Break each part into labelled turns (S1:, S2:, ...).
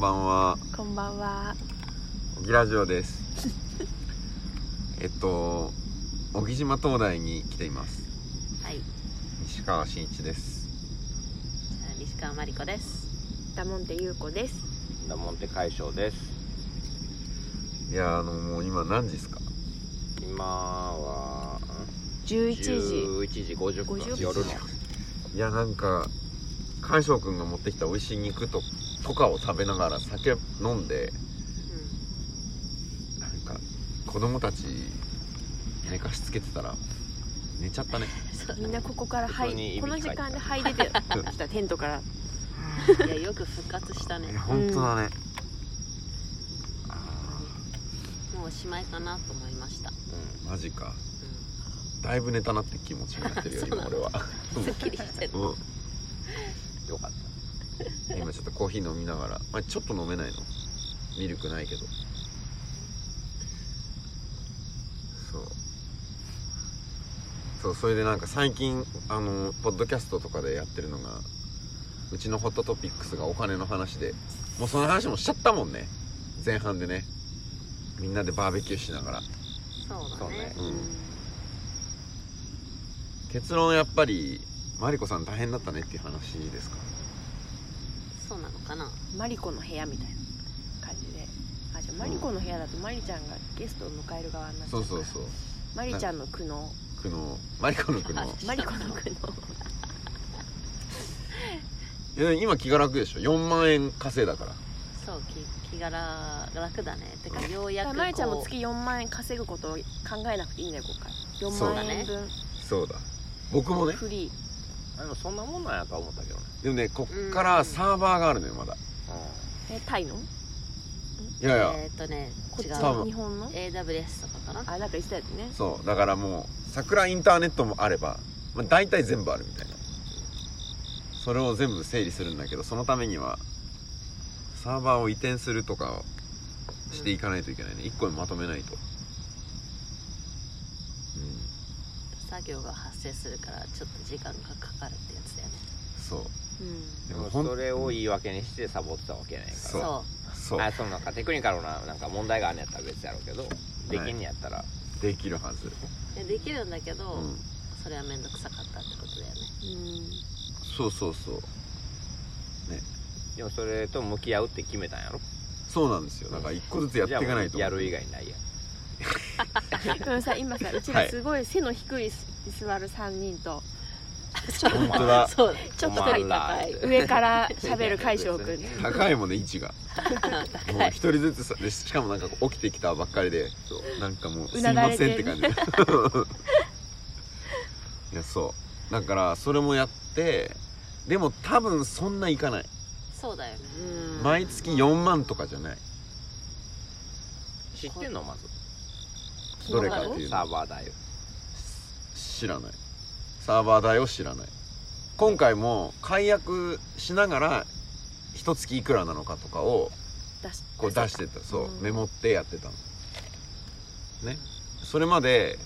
S1: ばんは
S2: こんばんは。
S1: 小木ラジオです えっと小木島灯台に来ています
S3: はい、
S1: 西川真一です
S3: 西川真理子です。
S2: ダモンテ優子です。
S4: ダモンテ海将です
S1: いやーあのもう今何時ですか
S4: 今は
S2: 十一時。
S4: 11時50分
S2: 50
S4: 夜の
S1: いやなんか海翔くんが持ってきた美味しい肉ととかを食べながら酒飲んでなんか子供たち寝かしつけてたら寝ちゃったね
S2: みんなここから
S4: 普通に
S2: はい
S4: いび
S2: こ
S4: き
S2: の
S4: かい
S2: 時間
S4: た
S2: ではい 出てきたテントから。
S3: いや、よく復活したね
S1: い。や本当だね、あ
S3: もうおしまいかなと思いました。うん
S1: ーマジかだいぶ寝たなって気持ちになってるよ今俺は
S3: すっきりしてる。
S1: うん
S4: よかっ
S1: 今ちょっとコーヒー飲みながら、まあ、ちょっと飲めないのミルクないけどそうそうそれでなんか最近あのポッドキャストとかでやってるのがうちのホットトピックスがお金の話でもうその話もしちゃったもんね前半でねみんなでバーベキューしながら
S3: そうだね。
S1: そうね結論やっぱりマリコさん大変だったねっていう話ですか
S3: そうなのかな。
S2: マリコの部屋みたいな感じで。あじゃあマリコの部屋だとマリちゃんがゲストを迎える側になっちゃ
S1: そうう
S2: から
S1: そうそう
S2: マリちゃんの苦悩
S1: 苦悩マリコの苦悩
S2: マリコの苦悩
S1: え今気が楽でしょ4万円稼いだから
S3: そう、気、気が楽だね。てか、ようやく。
S2: マリちゃんも
S3: こう
S2: 月4万円稼ぐことを考えなくていいんだよここ
S1: そ
S2: から
S1: うだ
S2: 4万
S3: ね
S2: 円分
S1: そうだ僕もね
S2: フリ
S4: たでもそんなもんなんやとは思ったけどね
S1: でもねこっからサーバーがあるのよまだ
S2: ーえタイの
S1: いやいや
S3: えーっとね、
S2: こっ
S3: 違
S2: ち
S3: う。
S1: 多分
S2: の日本の
S3: AWS とかかな。
S2: あなんか言ってたやつね
S1: そうだからもう桜インターネットもあれば、まあ、大体全部あるみたいなそれを全部整理するんだけどそのためにはサーバーを移転するとかをしていかないといけないね1個にまとめないとうん
S3: 作業が発生するから、ちょっと時間がかかるってやつだよね。
S1: そう
S2: うん
S4: で
S1: で
S4: も
S1: もほん
S4: それを言い訳にしてサボってたわけやないから
S1: そう
S3: そ
S1: そう
S4: あそうなんかテクニカルななんか問題があんねやったら別やろうけどできんねやったら、
S1: できるはず
S3: う。でできるんだけど、
S1: うん
S3: それはめんどくさかったってことだよね。
S2: うん
S1: そうそうそう
S4: でもそれと向き合うって決めたんやろ
S1: そうなんですよだから一個ずつやっていかないと
S4: じゃあもうやる以外ないやん
S2: でもさ今さうちらすごい背の低いす座る3人 と
S1: 本当だ
S3: そうだ
S2: ちょっと
S4: お前
S2: 距
S4: ら
S3: 離高い
S2: 上から喋る海翔くん
S1: 高いもんね位置がもう一人ずつさでしかもなんか起きてきたばっかりでなんかもうす
S2: う
S1: い
S2: なだ
S1: ま
S2: れ
S1: せん
S2: て
S1: って
S2: る
S1: 感じ いやそうだからそれもやってでも多分そんないかない
S3: そうだよね
S1: 毎月4万とかじゃない
S4: 知ってんのまず
S1: どれかっていう
S4: サ
S1: の
S4: ーバー代を
S1: 知らないサーバー代を知らない今回も解約しながら一月いくらなのかとかを
S2: 出し
S1: こう出してたそう、
S2: うん
S1: メモってやってたのねそれまで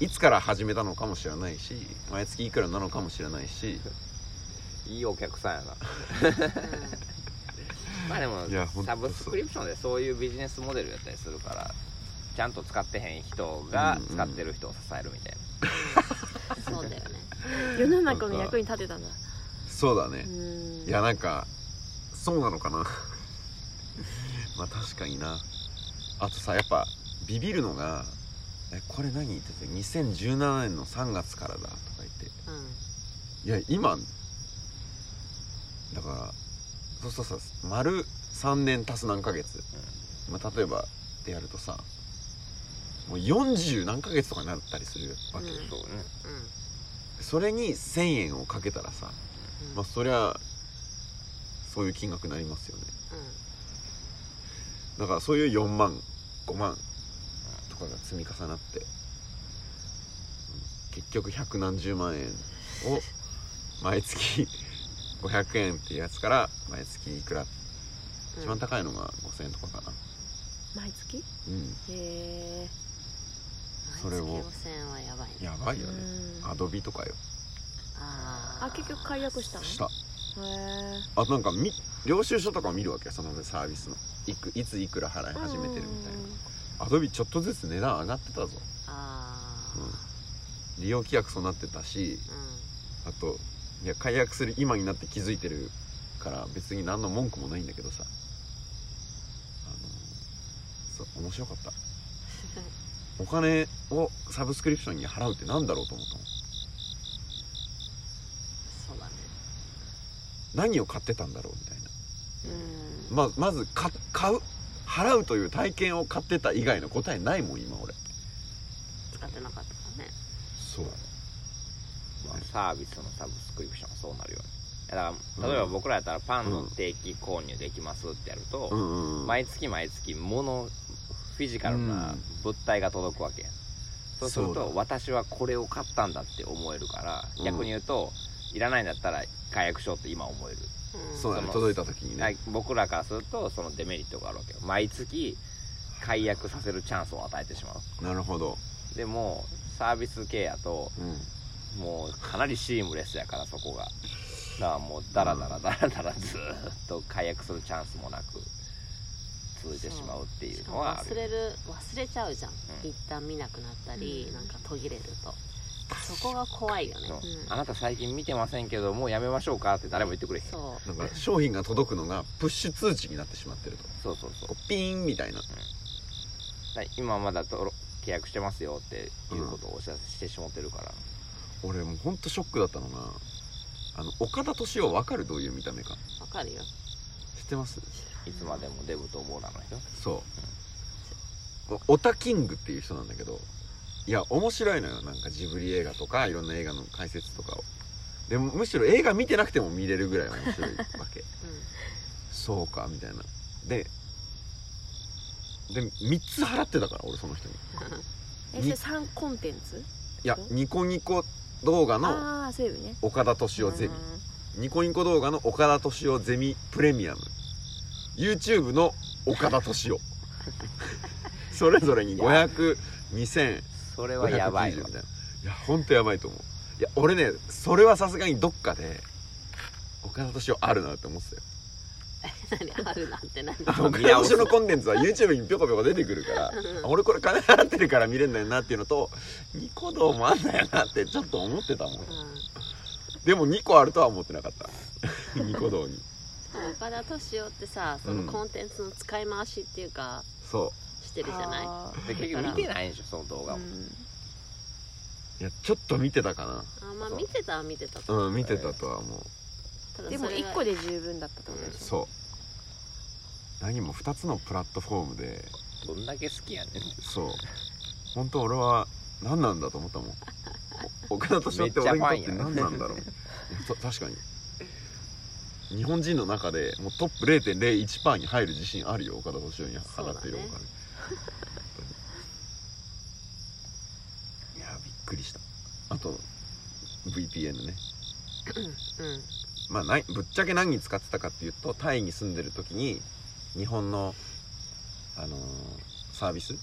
S1: いつから始めたのかもしれないし毎月いくらなのかもしれないし
S4: いいお客さんやなまあでも
S1: いやほんと
S4: サブスクリプションでそういうビジネスモデルやったりするからちゃんと使ってへん人が
S1: うんうん
S4: 使ってる人を支えるみたいな、
S3: そうだよね
S2: 世の中の役に立てたんだ
S1: そうだね
S2: う、ん
S1: いやなんかそうなのかな まあ確かになあとさやっぱビビるのが「えこれ何?」言ってて2017年の3月からだとか言って
S3: う
S1: いや今だからそうそうそう丸3年足す何ヶ月、まあ、例えばでやるとさもう40何ヶ月とかになったりするわけ、
S3: うん
S4: そうね
S3: んうん
S1: それに1000円をかけたらさ、まあそりゃそういう金額になりますよねだからそういう4万5万とかが積み重なってうん結局百何十万円を毎月500円っていうやつから毎月いくら
S3: うん
S1: 一番高いのが5000円とかかな
S2: 毎月
S1: うん
S2: へ
S1: それを
S3: 毎月5000円はやばいね
S1: やば
S2: え
S1: いよねア
S2: あ
S1: ドビとかよ
S3: あー
S2: あ結局解約したの
S1: した
S2: へ
S1: あとなんかみ領収書とかを見るわけよそのサービスのいくいついくら払い
S2: え
S1: 始めてるみたい
S2: う
S1: な
S2: んうんうん
S1: アドビちょっとずつ値段上がってたぞ、
S3: あ
S1: うん、利用規約そうなってたし
S3: ーうん
S1: あといや解約する今になって気づいてるから別に何の文句もないんだけどさあのそう面白か ったお金をサブスクリプションに払うってなんだろうと思ったもん
S3: そうだね
S1: 何を買ってたんだろうみたいな
S2: うん
S1: ままずか買う払うという体験を買ってた以外の答えないもん今俺
S3: 使ってなかったからね
S1: そう
S4: まあサービスのサブスクリプションはそうなるよねだから例えば僕らやったらパンの定期購入できますってやると、
S1: うんうんうん
S4: 毎月毎月物フィジカルな物体が届くわけやんそうする
S1: そう
S4: と
S1: だ
S4: 私はこれを買ったんだって思えるから、
S1: うん
S4: 逆に言うといらないんだったら解約しようって今思える、
S3: うん
S1: そうだね
S4: その
S1: 届いた時にね、
S4: はい僕らからするとそのデメリットがあるわけよ毎月解約させるチャンスを与えてしまう
S1: なるほど、
S4: でもサービス系やと
S1: うん、
S4: もうかなりシームレスやからそこがだからもうダラダラダラダラずーっと解約するチャンスもなく続いてしまうってい
S3: し
S4: う
S3: か
S4: の
S3: も
S4: はあ
S3: 忘
S4: る
S3: れる忘れちゃうじゃん、
S4: うん
S3: 一旦見なくなったり、
S2: うん
S3: なんか途切れるとそこが怖いよね
S4: そう
S2: うん
S4: あなた最近見てませんけどもうやめましょうかって誰も言ってくれへんそう
S3: そ
S1: なんか商品が届くのがプッシュ通知になってしまってると
S4: そうそう
S1: こうピーンみたいな
S4: はい今まだ登録契約してますよっていうことをお知らせしてしまってるから、
S1: 俺もうほんとショックだったのがあの岡田敏夫わかるどういう見た目か
S3: うわかるよ
S1: 知ってます
S4: いつまでもデブとボーラーの人
S1: そうおオタキングっていう人なんだけどいや面白いのよなんかジブリ映画とかいろんな映画の解説とかをでもむしろ映画見てなくても見れるぐらい面白いわけ そうかみたいなでで3つ払ってたから俺その人に
S2: えそれ3コンテンツ
S1: いやニコニコ動画の
S2: ああそういうね
S1: 岡田敏夫ゼミニコニコ動画の岡田敏夫ゼミプレミアム YouTube の岡田敏夫それぞれに500 2000
S4: それはやばい
S1: 590
S4: わ
S1: みたいないやほんとやばいと思ういや俺ねそれはさすがにどっかで岡田敏夫あるなって思ってたよ
S3: 何あるなんて何
S1: 岡田敏夫のコンテンツは YouTube にぴょこぴょこ出てくるから
S3: うん
S1: あ俺これ金払ってるから見れんだよなっていうのとニコ動もあんだよなってちょっと思ってたもん
S3: うん
S1: でも2個あるとは思ってなかった ニコ動に
S3: 岡田敏夫ってさそのコンテンツの使い回しっていうか、
S1: そう
S3: してるじゃない
S2: あ
S4: で結局見てないんでしょその動
S2: ー
S4: 画
S2: う
S4: も、
S2: ん
S1: いやちょっと見てたか
S3: あまあ見てたは見てた
S1: な
S3: と
S1: うん見てたとは思う
S3: ただ
S2: でも
S3: それが
S2: 1個で十分だったってことでしょ
S1: そう何も2つのプラットフォームで
S4: どんだけ好きやねん
S1: そう本当俺は何なんだと思ったもんお岡田敏夫って俺にとって何なんだろう、
S4: めっ
S1: いやた確かに日本人の中でもうトップ0.01%に入る自信あるよ岡田敏夫に払ってるお金、
S3: そうだ
S1: いやびっくりしたあと VPN ね
S3: うん
S1: まあ、ないぶっちゃけ何に使ってたかっていうとタイに住んでる時に日本の、あのーサービス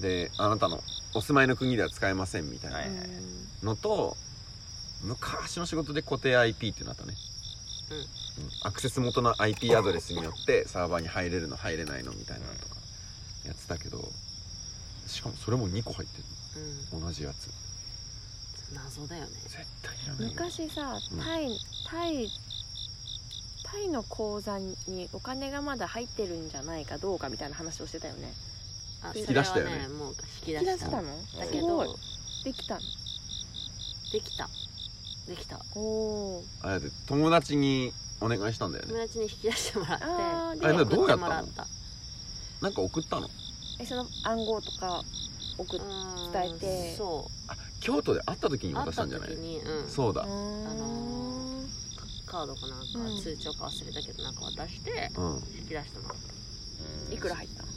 S2: う
S1: であなたのお住まいの国では使えませんみたい
S4: は
S1: ない
S2: ん
S1: のと、昔の仕事で固定 IP ってなったね、
S3: うん
S1: うんアクセス元の IP アドレスによってサーバーに入れるの入れないのみたいなのとかやってたけどしかもそれも2個入って
S3: うん
S1: る同じやつ
S3: 謎だよね
S1: 絶対いらないよ
S2: 昔さ
S1: うん
S2: タイタイタイの口座にお金がまだ入ってるんじゃないかどうかみたいな話をしてたよね
S3: あ
S2: 引
S1: き出したよね
S3: それはもう引き
S2: 引
S3: 出
S2: き出
S3: し
S2: したたの
S3: だ
S2: す
S3: け
S2: ごい
S3: ど
S2: できたの
S3: できたできた
S2: おお
S1: あれだって友達にお願いしたんだよ
S3: 友
S1: ね
S3: 達に引き出してもらって
S2: あーで
S1: あれなど
S3: 送
S1: うやっ
S3: て
S1: た
S3: も
S1: の
S3: らった
S1: なんか送ったの
S2: えその暗号とか送っ
S3: うん
S2: 伝えて
S3: そ
S1: あ京都で会った時に
S3: う会
S1: 渡
S3: っ
S1: した
S3: た
S1: んじゃない
S3: 時に、うん、
S1: そう
S2: た
S1: だ
S3: あのカードかなんか、
S2: うん
S3: 通帳か忘れたけどなんか渡して
S1: うん
S3: 引き出してもらっ
S4: う
S3: た
S4: ん
S2: いくら入ったの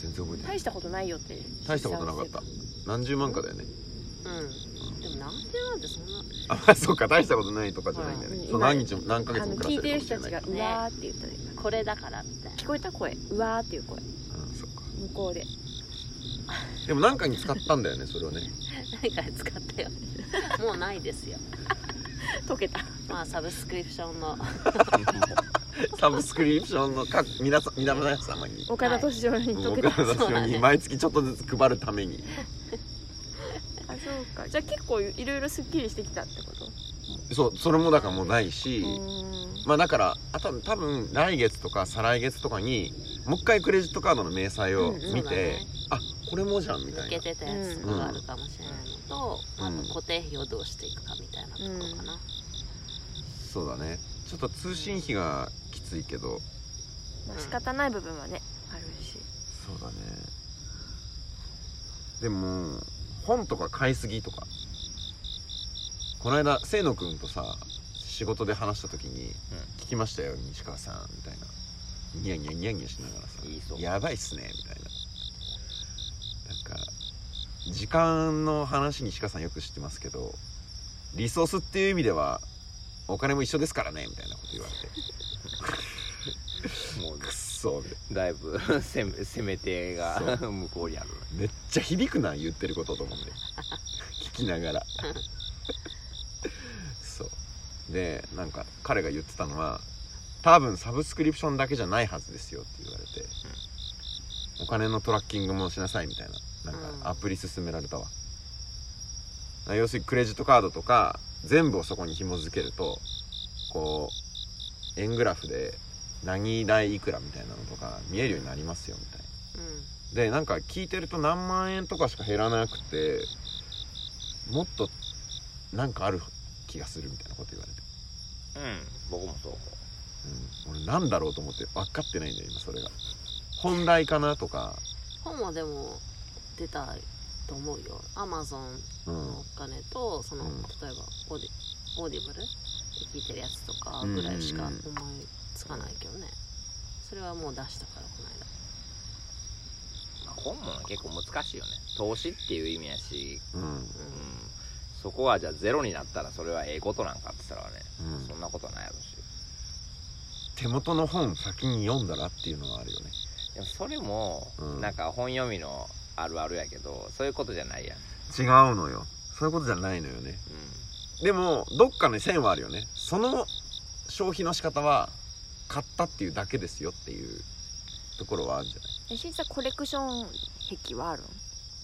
S1: 全然覚えてない
S2: 大したことないよって
S1: 大したことなかった何十万かだよね
S3: うんでも何十万ってそんな
S1: あそうか大したことないとかじゃないんだよね
S2: うん
S1: そう何日も何ヶ
S2: あ
S1: 月
S2: の
S1: も暮ら
S2: 聞い
S1: して
S2: て
S1: る
S2: る
S1: かもしれない
S2: 人たちが「うわ」って言ったら今
S3: これだからみたいな
S2: 聞こえた声「うわ」っていう声
S1: うんそっか
S2: 向こうで
S1: でも何かに使ったんだよねそれをね
S3: 何か使ったよねもうないですよ
S2: 溶けた
S3: まあサブスクリプションの
S1: サブスクリプションの各皆さん皆様に
S2: 岡田敏夫に溶け
S1: 僕
S2: た、
S1: らの人に毎月ちょっとずつ配るために
S2: あそうかじゃあ結構いろいろすっきりしてきたってこと
S1: そうそれもだからもうないし、
S2: うん
S1: まあだからあと多分来月とか再来月とかにもう一回クレジットカードの明細を
S2: うんうん
S1: 見
S3: そうだ
S1: て、
S3: ね
S1: あこれもじゃんみた
S3: 抜
S1: い
S3: け
S1: な
S3: てたやつがあるかもしれないのと、あと固定費をどうしていくかみたいなところかな、
S1: そうだねちょっと通信費がきついけど
S2: まあ仕方ない部分はねあるし
S1: そうだねでも本とか買いすぎとかこの間清野くんとさ仕事で話した時に
S4: うん
S1: 「聞きましたよ西川さん」みたいなニヤニヤニヤニヤしながらさ
S4: 言いそう
S1: やばいっすね」みたいななんか時間の話西川さんよく知ってますけどリソースっていう意味ではお金も一緒ですからねみたいなこと言われて
S4: もう
S1: くっそみたいな
S4: だいぶ攻め攻め手が
S1: そ
S4: 向こうにある
S1: めっちゃ響くな言ってることと思って聞きながらそうでなんか彼が言ってたのは多分サブスクリプションだけじゃないはずですよって言われて、お金のトラッキングもしなさいみたいなな
S3: うんん
S1: かアプリ勧められたわ、要するにクレジットカードとか全部をそこに紐付けるとこう円グラフで何代いくらみたいなのとか見えるようになりますよみたいなでなんか聞いてると何万円とかしか減らなくてもっとなんかある気がするみたいなこと言われて、
S4: うん僕もそう
S1: うん、俺なんだろうと思って分かってないんだよ今それが本題かなとか
S3: うん本はでも出たと思うよアマゾン
S1: うん
S3: のお金とその、
S1: うん
S3: 例えばオーディオーディブルで聞いてるやつとかぐらいしか
S1: う
S3: 思
S1: んうん
S3: いつかないけどねそれはもう出したからこの
S4: 本
S3: 間
S4: も結構難しいよね投資っていう意味やし、
S1: うんうん
S4: うん、そこはじゃあゼロになったらそれはええことなんかって言ったらね、そんなことはないやろし
S1: 手元の本先に読んだらっていうのはあるよね
S4: でもそれも、
S1: うん
S4: なんか本読みのあるあるやけどそういうことじゃないやん、
S1: 違うのよそういうことじゃないのよね
S4: う
S1: でもどっかの線はあるよねその消費の仕方は買ったっていうだけですよっていうところはあるんじゃない
S2: えしんさんコレクション癖はあるの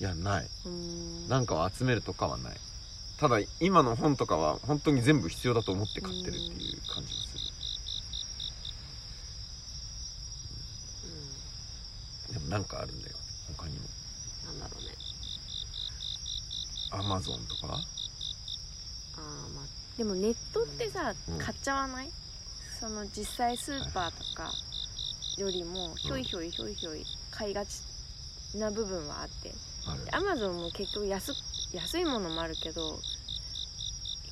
S1: いやない
S2: うん
S1: なんかを集めるとかはないただ今の本とかは本当に全部必要だと思って買ってるっていう感じがす
S3: う
S1: るでもなんかあるんだよ他にも
S3: んなんだろうね
S1: アマゾンとか
S3: あーまあ
S2: でもネットってさ、
S1: うん
S2: 買っちゃわないその実際スーパーとかよりもひょいひょいひょいひょい買いがちな部分はあって
S1: ある
S2: アマゾンも結局安安いものもあるけど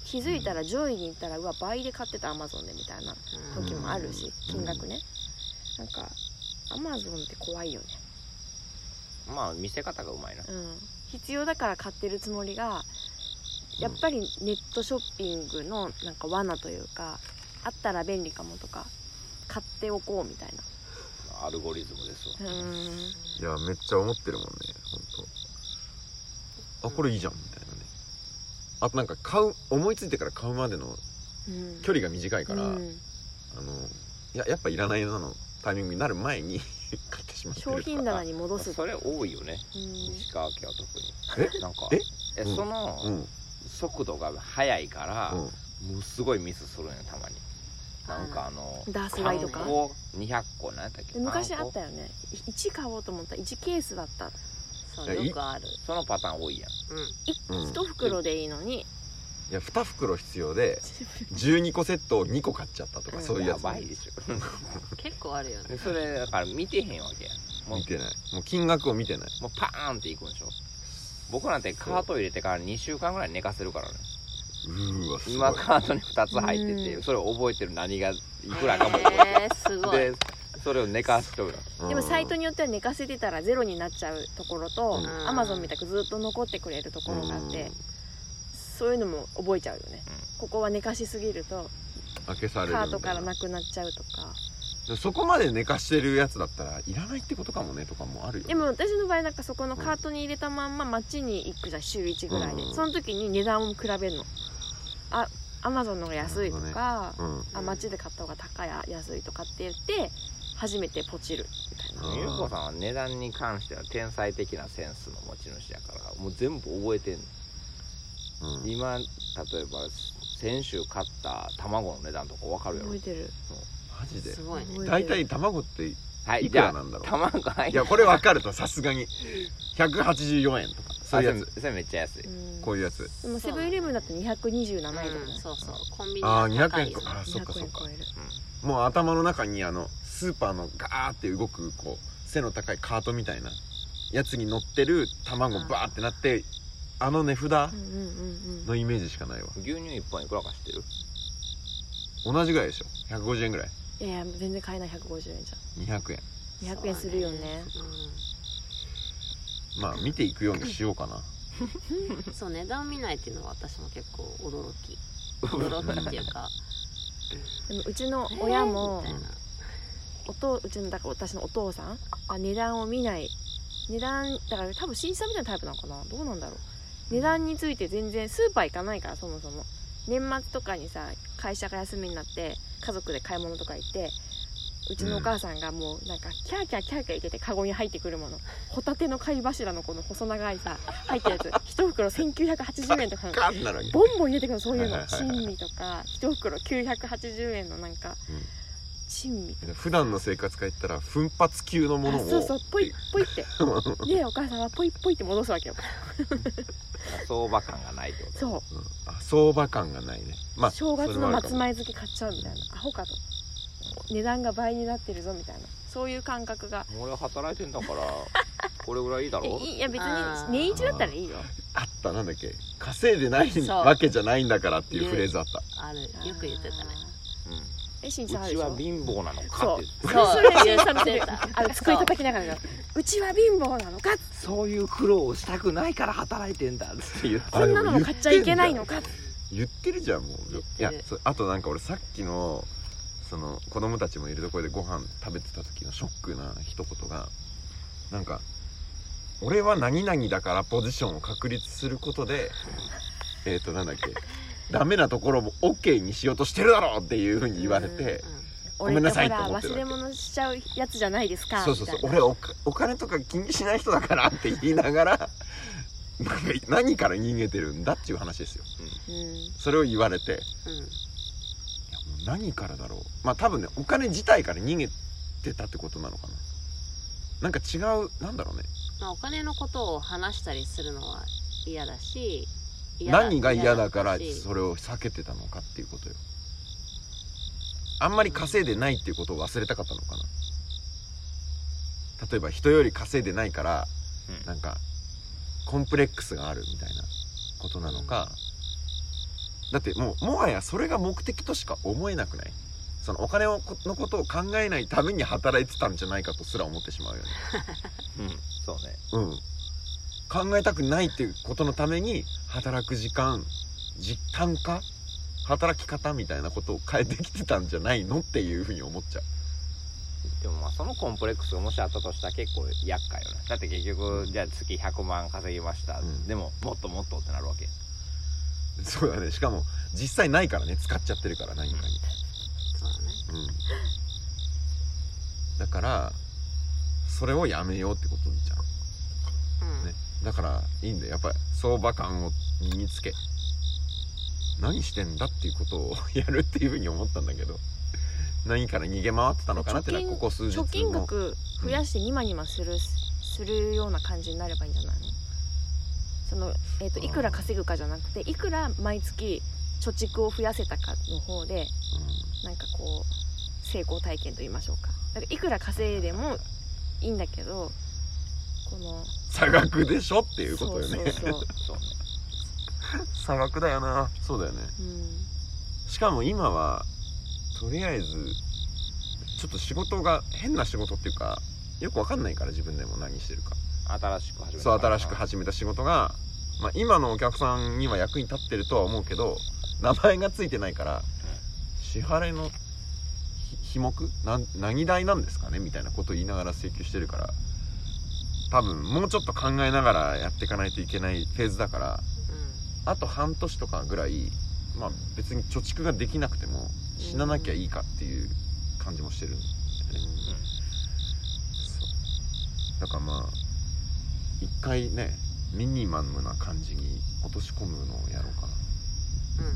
S2: 気づいたら上位に行ったらうわ倍で買ってたアマゾンでみたいな
S3: うん
S2: 時もあるし
S1: うん
S2: 金額ねなんかアマゾンって怖いよね
S4: ん、まあ見せ方がうまいな
S2: うん必要だから買ってるつもりがやっぱりネットショッピングのなんか罠というかあったら便利かもとか買っておこうみたい
S4: アルゴリズムですわ
S2: なうん
S1: いやめっちゃ思ってるもんね本当あこれいいじゃんみたいなねあとなんか買う思いついてから買うまでの
S2: うん
S1: 距離が短いから、
S2: うん
S1: あのいややっぱいらないなのタイミングになる前に 買ってしまってる
S2: 商品棚に戻す
S4: それ多いよね
S2: うん
S4: 石川家は特
S1: え
S4: になんか
S1: え
S4: え
S1: うん
S4: その、
S1: うんうん
S4: 速度が速いから、もうすごいミスするんよたまになんかあの
S2: ダース買いとか
S4: 観光200個なんやったっけ
S2: で昔あ
S4: 観
S2: っ
S4: 光
S2: たよねい1買おうと思ったら1ケースだった
S3: そ
S1: え
S3: う
S1: い
S3: よくある
S4: そのパターン多いやん
S3: うん
S1: うん
S2: 1袋でいいのに
S1: いや2袋必要で12個セットを2個買っちゃったとかそういうやつ
S4: ばいでしょ
S3: 結構あるよね
S4: でそれだから見てへんわけやんもう
S1: 見てないもう金額を見てない
S4: もうパーンっていくんでしょ僕なんてカート入れてから2週間ぐらい寝かせるからね
S1: うーわすごい
S4: 今カートに2つ入って
S2: うん
S4: てそれを覚えてる何がいくらかも覚え
S3: えー、すご
S4: て
S3: い
S4: るでそれを寝かしとる
S1: うん
S2: でもサイトによっては寝かせてたらゼロになっちゃうところと
S1: うん
S2: アマゾンみたくずっと残ってくれるところがあってそういうのも覚えちゃうよね、
S4: う
S2: ここは寝かしすぎると
S1: 開けさ
S2: カ
S1: れるみたい
S2: ートからなくなっちゃうとか
S1: そこまで寝かしてるやつだったらいらないってことかもねとかもあるよね
S2: でも私の場合なんかそこのカートに入れたまんま街に行くじゃん週1ぐらいで、
S1: うん
S2: その時に値段を比べるのあアマゾンの方が安いとか、
S1: うん
S2: あ街で買った方が高いや安いとかって言って初めてポチるみたいな
S1: うん
S4: ゆうこさんは値段に関しては天才的なセンスの持ち主やからもう全部覚えてんの
S1: うん
S4: 今例えば先週買った卵の値段とか分かるやろ
S2: 覚えてる
S1: マジです
S3: ごいね
S2: 覚えてる
S1: 大体卵ってい
S4: はい
S1: く
S4: じゃ
S1: ら
S4: あ
S1: なんだろう、
S4: 卵入
S1: いやこれ分かるとさすがに184円とかそういうやつ
S4: つそれめっちゃ安い
S2: うん
S1: こういうやつ
S2: でもセブンイレブンだと227円とかね、
S3: うんそうそうコンビニ
S1: ああ
S3: は高
S1: 200
S3: い
S1: 円
S3: よ
S1: かあーそっかそっか
S2: 200円超える
S1: もう頭の中にあのスーパーのガーって動くこう背の高いカートみたいなやつに乗ってる卵バーってなってあの値札
S2: うんうんうんうん
S1: のイメージしかないわ
S4: 牛乳1本いくらか知ってる
S1: 同じぐらいでしょ150円ぐらい
S2: いやいや全然買えない150円じ
S1: 200円
S2: ゃん200円するよね
S3: そう
S1: まあ見ていくようにしようかな
S3: うんそう値段見ないっていうのは私も結構驚き驚きっていう か
S2: でもうちの親も
S3: えーみたいな
S2: おとうちのだから私のお父さんは値段を見ない値段だから多分新さんみたいなタイプなのかなどうなんだろう値段について全然スーパー行かないからそもそも年末とかにさ会社が休みになって家族で買い物とか行ってうちのお母さんがもうなんかキャーキャーキャーキャー言っててカゴに入ってくるものホタテの貝柱のこの細長いさ入ったやつ 一袋1980円とかなの
S1: ガーってなるわけ
S2: ボンボン入れてくるのそういう
S1: はい
S2: の
S1: はいはいはい
S2: 珍味とか一袋980円のなんか
S1: うん
S2: 珍味
S1: 普段の生活から言ったら奮発級のものを
S2: あそうそうポイポ イってでお母さんはポイポイって戻すわけよ
S4: 相場感がないってこと
S2: そう、
S1: うんあ相場感がないねまあ
S2: 正月
S1: それも
S2: の
S1: あるか
S2: 松
S1: も
S2: 前漬け買っちゃうみたいなアホかと値段が倍になってるぞみたいなそういう感覚が
S4: 俺は働いてんだからこれぐらいいいだ
S2: え
S4: ろ
S2: いいいや別
S3: あ
S2: に
S3: ー
S2: 年一だったらいいよ
S1: あったなんだっけ稼いでない
S3: そう
S1: わけじゃないんだからっていうフレーズあった
S3: あるよく言ってたね
S4: う
S2: えしん
S4: ん
S2: さんあ
S4: う
S2: る
S4: ち
S2: でし
S4: は
S2: ょ
S4: 貧乏なのかって
S2: そう
S3: そう
S2: それしんさん見
S3: 言
S2: て
S3: ってた
S2: あの机叩きながらだうちは貧乏なのか
S4: そういう苦労をしたくないから働いてんだっていう
S1: あ
S2: こんなのも買っちゃいけないのか
S1: 言ってるじゃんもう
S3: 言っ
S1: い
S3: て
S1: や
S3: る
S1: そうあとなんか俺さっきのその子供たちもいるところでご飯食べてた時のショックな一言がなんか「俺は何々だからポジションを確立することでえっ、となんだっけダメなところも OK にしようとしてるだろ!」っていうふうに言われて
S3: う。ん
S1: ごめんなさい
S2: 俺だから
S1: って思
S2: 忘
S1: って
S2: れ
S1: るわけ
S2: 物しちゃうやつじゃないですか
S1: そうそうそう
S2: みたいな
S1: 俺おかお金とか気にしない人だからって言いながらなんか何から逃げてるんだっていう話ですよ
S2: うん
S1: それを言われて
S3: うん
S1: いやもう何からだろうまあ多分ねお金自体から逃げてたってことなのかななんか違うなんだろうね
S3: まあ、お金のことを話したりするのは嫌だし嫌だ
S1: 何が嫌だから
S3: 嫌だし
S1: それを避けてたのかっていうことよあんまり稼いでないっていうことを忘れたかったのかな例えば人より稼いでないからなんかコンプレックスがあるみたいなことなのか、だってもうもはやそれが目的としか思えなくないそのお金をこのことを考えないために働いてたんじゃないかとすら思ってしまうよね
S4: うん、うん、そうね
S1: うん考えたくないっていうことのために働く時間実感化働き方みたいなことを変えてきてたんじゃないのっていうふうに思っちゃう
S4: でもまあそのコンプレックスがもしあったとしたら結構厄介よねだって結局じゃあ月100万稼ぎました、
S1: うん
S4: でももっともっとってなるわけ
S1: そうだねしかも実際ないからね使っちゃってるから何かに
S3: そうだね
S1: うん、だからそれをやめようってことじゃん
S3: うん
S1: ねだからいいんだよやっぱり相場感を身につけ何してんだっていうことをやるっていうふうに思ったんだけど何から逃げ回ってたのかなってのは
S2: 貯金
S1: ここ数日の
S2: 貯金額増やしてニマニマする、するような感じになればいいんじゃないのその、えー、と
S1: うん
S2: いくら稼ぐかじゃなくていくら毎月貯蓄を増やせたかの方でなんかこう成功体験と言いましょうかだからいくら稼いでもいいんだけどこの
S1: 差額でしょっていうことよね
S2: そうそうそう、
S4: そうね
S1: 差額だよなそうだよね
S2: うん、
S1: しかも今はとりあえずちょっと仕事が変な仕事っていうかよくわかんないから自分でも何してるか
S4: 新しく始めた
S1: そう新しく始
S4: 始
S1: めた仕事が、まあ、今のお客さんには役に立ってるとは思うけど名前がついてないから支払いのひ費目なん何代なんですかねみたいなことを言いながら請求してるから多分もうちょっと考えながらやっていかないといけないフェーズだからあと半年とかぐらいまあ別に貯蓄ができなくても死ななきゃいいかっていう感じもしてるんで、そうだからまあ一回ねミニマムな感じに落とし込むのをやろうかな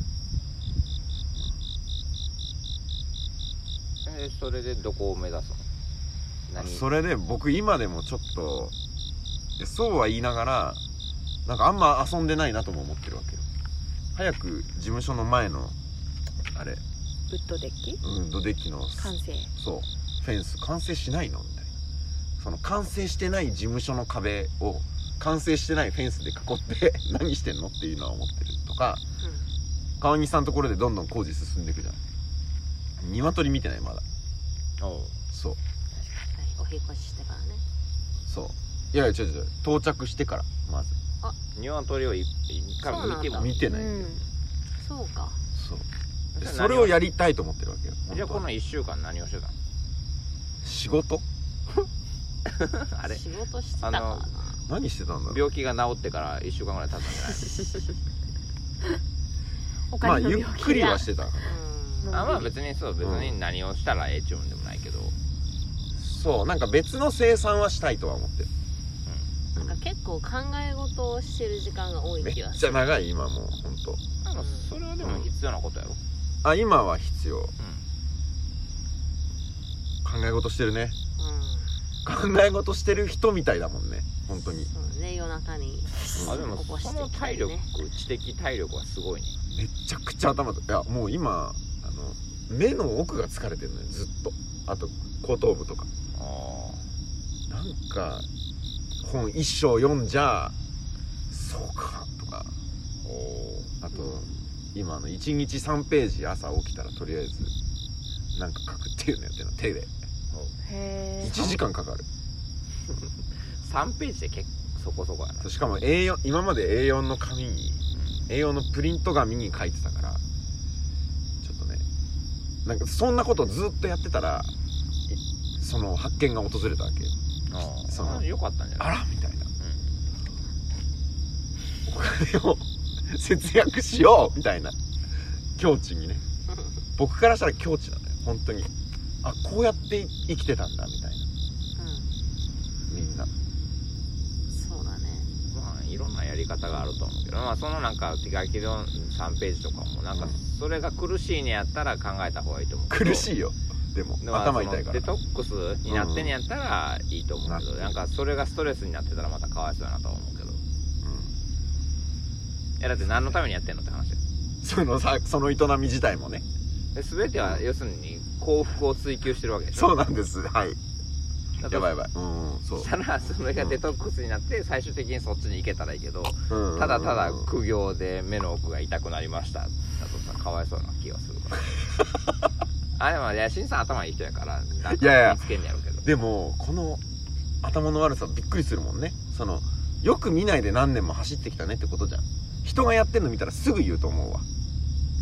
S4: えそれでどこを目指すの何
S1: それで僕今でもちょっといやそうは言いながらなんかあんま遊んでないなとも思ってるわけよ早く事務所の前のあれ
S2: ウッドデッキ
S1: うんドデッキの
S2: 完成
S1: そうフェンス完成しないのみたいなその完成してない事務所の壁を完成してないフェンスで囲って何してんのっていうのは思ってるとか川西さんのところでどんどん工事進んでいくじゃない鶏見てないまだ
S4: おう
S1: そう
S3: お引越ししてからね
S1: そういやいや違う違う到着してからまず
S4: 鶏を一一回も見て
S3: そうなんだ
S4: も
S1: 見て
S2: う
S1: ないんだよ、
S2: ん
S3: そうか
S1: そうで
S4: じゃあ
S1: それをやりたいと思ってるわけよ
S4: じゃあ
S1: 本
S4: こ
S1: 当
S4: の
S1: は
S4: 1週間何をしてた
S1: 仕事
S4: のあれ
S3: 仕事してたから
S4: あ
S3: な
S1: 何してたんだろう
S4: 病気が治ってから1週間ぐらい経ったんじゃない
S2: お
S1: まあ
S2: 金の
S1: ゆ
S2: 病
S1: っ
S2: 気が
S1: くりはしてたかな
S3: うん
S4: あまあ別にそう別に何をしたらええっちゅうんでもないけど、
S1: そうなんか別の生産はしたいとは思ってる
S3: なんか結構考え事をしてる時間が多い
S1: めっ
S3: 気がす
S1: ちゃ
S3: る
S1: 長い今もう本当
S4: なんかそれはでも必要なことやろ、
S1: あ今は必要考
S4: う
S1: え事してるね
S3: うん
S1: 考え事してる人みたいだもんね本当に
S3: そうね夜中に
S4: んあでも
S3: 起こし
S4: そ
S3: て
S4: の
S3: きた
S4: 体
S3: り
S4: 力、
S3: ね
S4: 知的体力はすごいね
S1: めちゃくちゃ頭といやもう今あの目の奥が疲れてるのよずっとあと後頭部とか
S4: あ
S1: なんか本一章読んじゃそうかとかあと、今あの1日3ページ朝起きたらとりあえずなんか書くっていうのやってるの手で
S2: へえ
S1: 1時間かかる
S4: 3ページで結構そこそこやな
S1: そうしかも A4 今まで A4 の紙に A4 のプリント紙に書いてたからちょっとねなんかそんなことずっとやってたらいその発見が訪れたわけよ
S4: うん
S1: そう
S4: あよかったんじゃない
S1: あらみたいなお金を節約しようみたいな境地にね僕からしたら境地なのよ本当にあこうやって生きてたんだみたいな
S3: う
S1: みんなん
S3: そうだね
S4: うんまあいろんなやり方があると思うけどまあそのなんか手書きの3ページとかもなんか
S1: うん
S4: それが苦しいねやったら考えた方がいいと思うけど
S1: 苦しいよでも
S4: でも
S1: 頭痛いか
S4: そのデ
S1: ら
S4: トックスになってんやったらいいと思うけど、
S1: うん
S4: なんかそれがストレスになってたらまたかわいそうやなとは思うけどいやだって何のためにやってんのって話で
S1: うんそのさその営み自体もね
S4: 全ては要するに幸福を追求してるわけでしょ
S1: そうなんですはい
S4: だ
S1: やばいやば
S4: い
S1: いうんそう
S4: したらそれがデトックスになって最終的にそっちに行けたらいいけど
S1: うん
S4: ただただ苦行で目の奥が痛くなりましただとさかわいそうな気がするからあでもいやしんさん頭いい人やからだ
S1: い
S4: か
S1: やい
S4: ら
S1: や
S4: 見つけんやろうけど
S1: でもこの頭の悪さびっくりするもんねそのよく見ないで何年も走ってきたねってことじゃん人がやってんの見たらすぐ言うと思うわ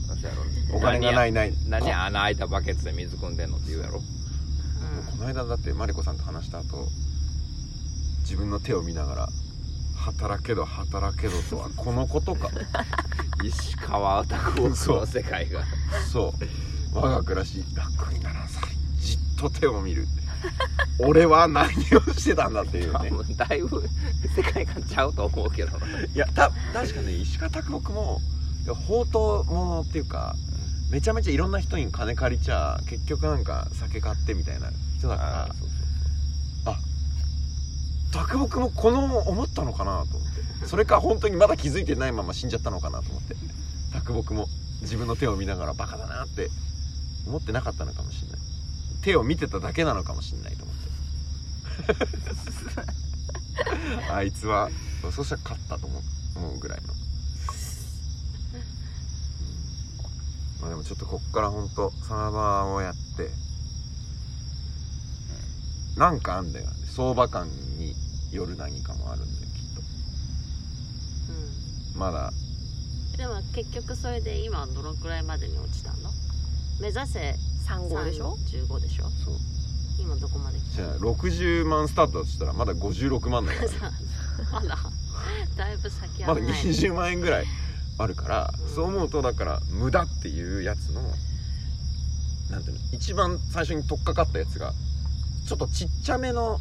S4: そうやろ
S1: お金がないない
S4: 何
S1: こ
S4: 穴開いたバケツで水汲んでんのって言うやろ
S1: この間だってマリコさんと話した後自分の手を見ながら働けど働けどとはこのこと か
S4: 石川オタクボスの世界が
S1: そう我が暮らし楽にならさいじっと手を見る俺は何をしてたんだっていう
S4: 多
S1: ね
S4: 分だいぶ世界観ちゃうと思うけどない
S1: やた確かね石川啄木もいや放蕩者っていうかめちゃめちゃいろんな人に金借りちゃ結局なんか酒買ってみたいな人だ
S4: あ
S1: か
S4: そう
S1: ら啄木もこの思ったのかなと思ってそれか本当にまだ気づいてないまま死んじゃったのかなと思って啄木も自分の手を見ながらバカだなって思ってなかったのかもしれない手を見てただけなのかもしれないと思って あいつはそしたら勝ったと思う思うぐらいのまあでもちょっとこっからほんとサーバーをやって、なんかあんだよね相場感による何かもあるんだよき
S3: うん
S1: っとまだ
S3: でも結局それで今はどのくらいまでに落ちたの目指せ
S2: 3号でしょ
S3: 15でしょ
S1: そう
S3: 今どこまで来
S1: じ
S3: た
S1: ゃ
S3: の
S1: あ60万スタートだとしたらまだ56万だから、ね、
S3: まだだいぶ先
S1: ま
S3: は
S1: だ
S3: ない
S1: 20万円ぐらいあるから、そう思うとだから無駄っていうやつのなんていうの一番最初に取っかかったやつがちょっとちっちゃめの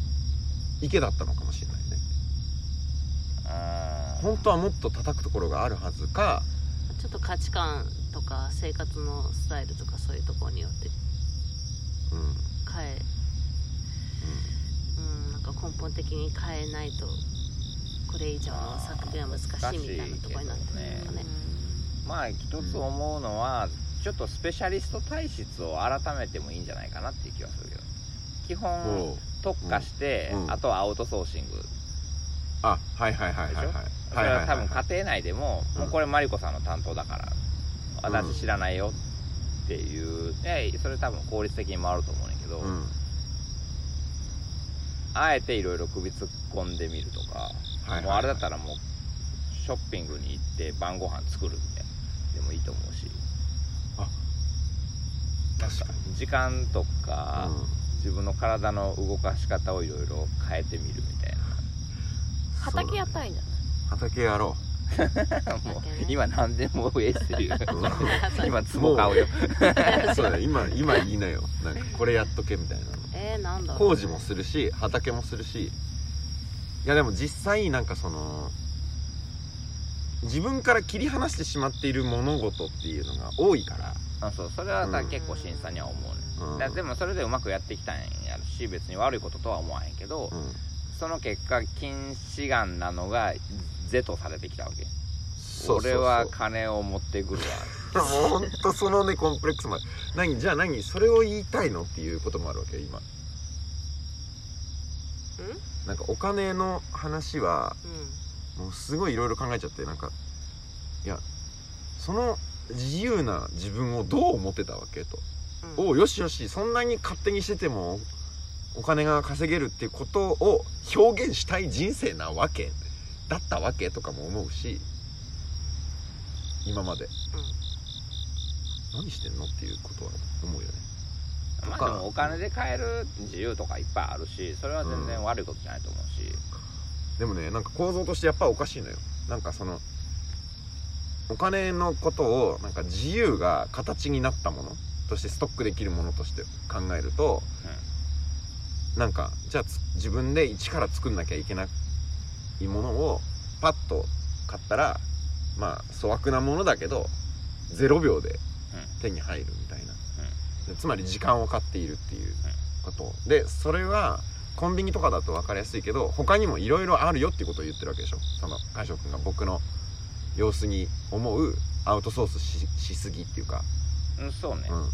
S1: 池だったのかもしれないね
S4: あー
S1: 本当はもっと叩くところがあるはずか
S3: ちょっと価値観とか生活のスタイルとかそういうところによって
S1: うんうん
S3: 変えうんなんか根本的に変えないとこれ以上の削減は難しいみたいなところになってるのかね
S4: まあ一つ思うのは、ちょっとスペシャリスト体質を改めてもいいんじゃないかなっていう気はするけど基本
S1: おう
S4: 特化して、
S1: うんうん
S4: あとはアウトソーシング
S1: あはいはいはいはいはい
S4: それは多分家庭内でも、
S1: うん
S4: もうこれマリコさんの担当だから
S1: うん
S4: 私知らないよっていう、いやそれ多分効率的に回ると思うねんだけど、
S1: うん
S4: あえていろいろ首突っ込んでみるとか、
S1: はいはいはい
S4: もうあれだったらもうショッピングに行って晩ご飯作るみたいなでもいいと思うし
S1: 確か
S4: 時間とか、
S1: に、うん
S4: 自分の体の動かし方をいろいろ変えてみるみたい
S2: 畑やったらいいんじゃない
S1: 畑やろ
S4: なもう
S3: だけどね
S4: 今何でもええっていう 今ツボ買うよ
S1: う そうだよ今今言いなよなんかこれやっとけみたいなの
S3: えー、なんだろう
S1: 工事もするし畑もするしいやでも実際なんかその自分から切り離してしまっている物事っていうのが多いから
S4: あそうそれはさ、
S1: うん
S4: 結構審査には思うね、
S1: うん
S4: だでもそれでうまくやってきたんやろし別に悪いこととは思わへんけど、
S1: うん
S4: その結果近視眼なのが是とされてきたわけ
S1: そうそうそう
S4: 俺は金を持って くるわ
S1: もうほ んとそのねコンプレックスまで何じゃあ何それを言いたいのっていうこともあるわけよ今なんかお金の話は
S3: う
S1: もうすごいいろいろ考えちゃってなんかいやその自由な自分をどう思ってたわけと
S3: んうん
S1: おうよしよしそんなに勝手にしててもお金が稼げるってことを表現したい人生なわけだったわけとかも思うし今まで何してんのっていうことは思うよねと
S4: ま
S1: か
S4: あでもお金で買える自由とかいっぱいあるしそれは全然悪いことじゃないと思うし、
S1: でもねなんか構造としてやっぱおかしいのよなんかそのお金のことをなんか自由が形になったものとしてストックできるものとして考えると、なんかじゃあつ自分で一から作んなきゃいけないものをパッと買ったらまあ粗悪なものだけど0秒で手に入るみたいな、でつまり時間を買っているっていうこと、でそれはコンビニとかだと分かりやすいけど他にもいろいろあるよっていうことを言ってるわけでしょその海翔くんが僕の様子に思うアウトソースししすぎっていうか
S4: うん、そうね、
S1: うんうん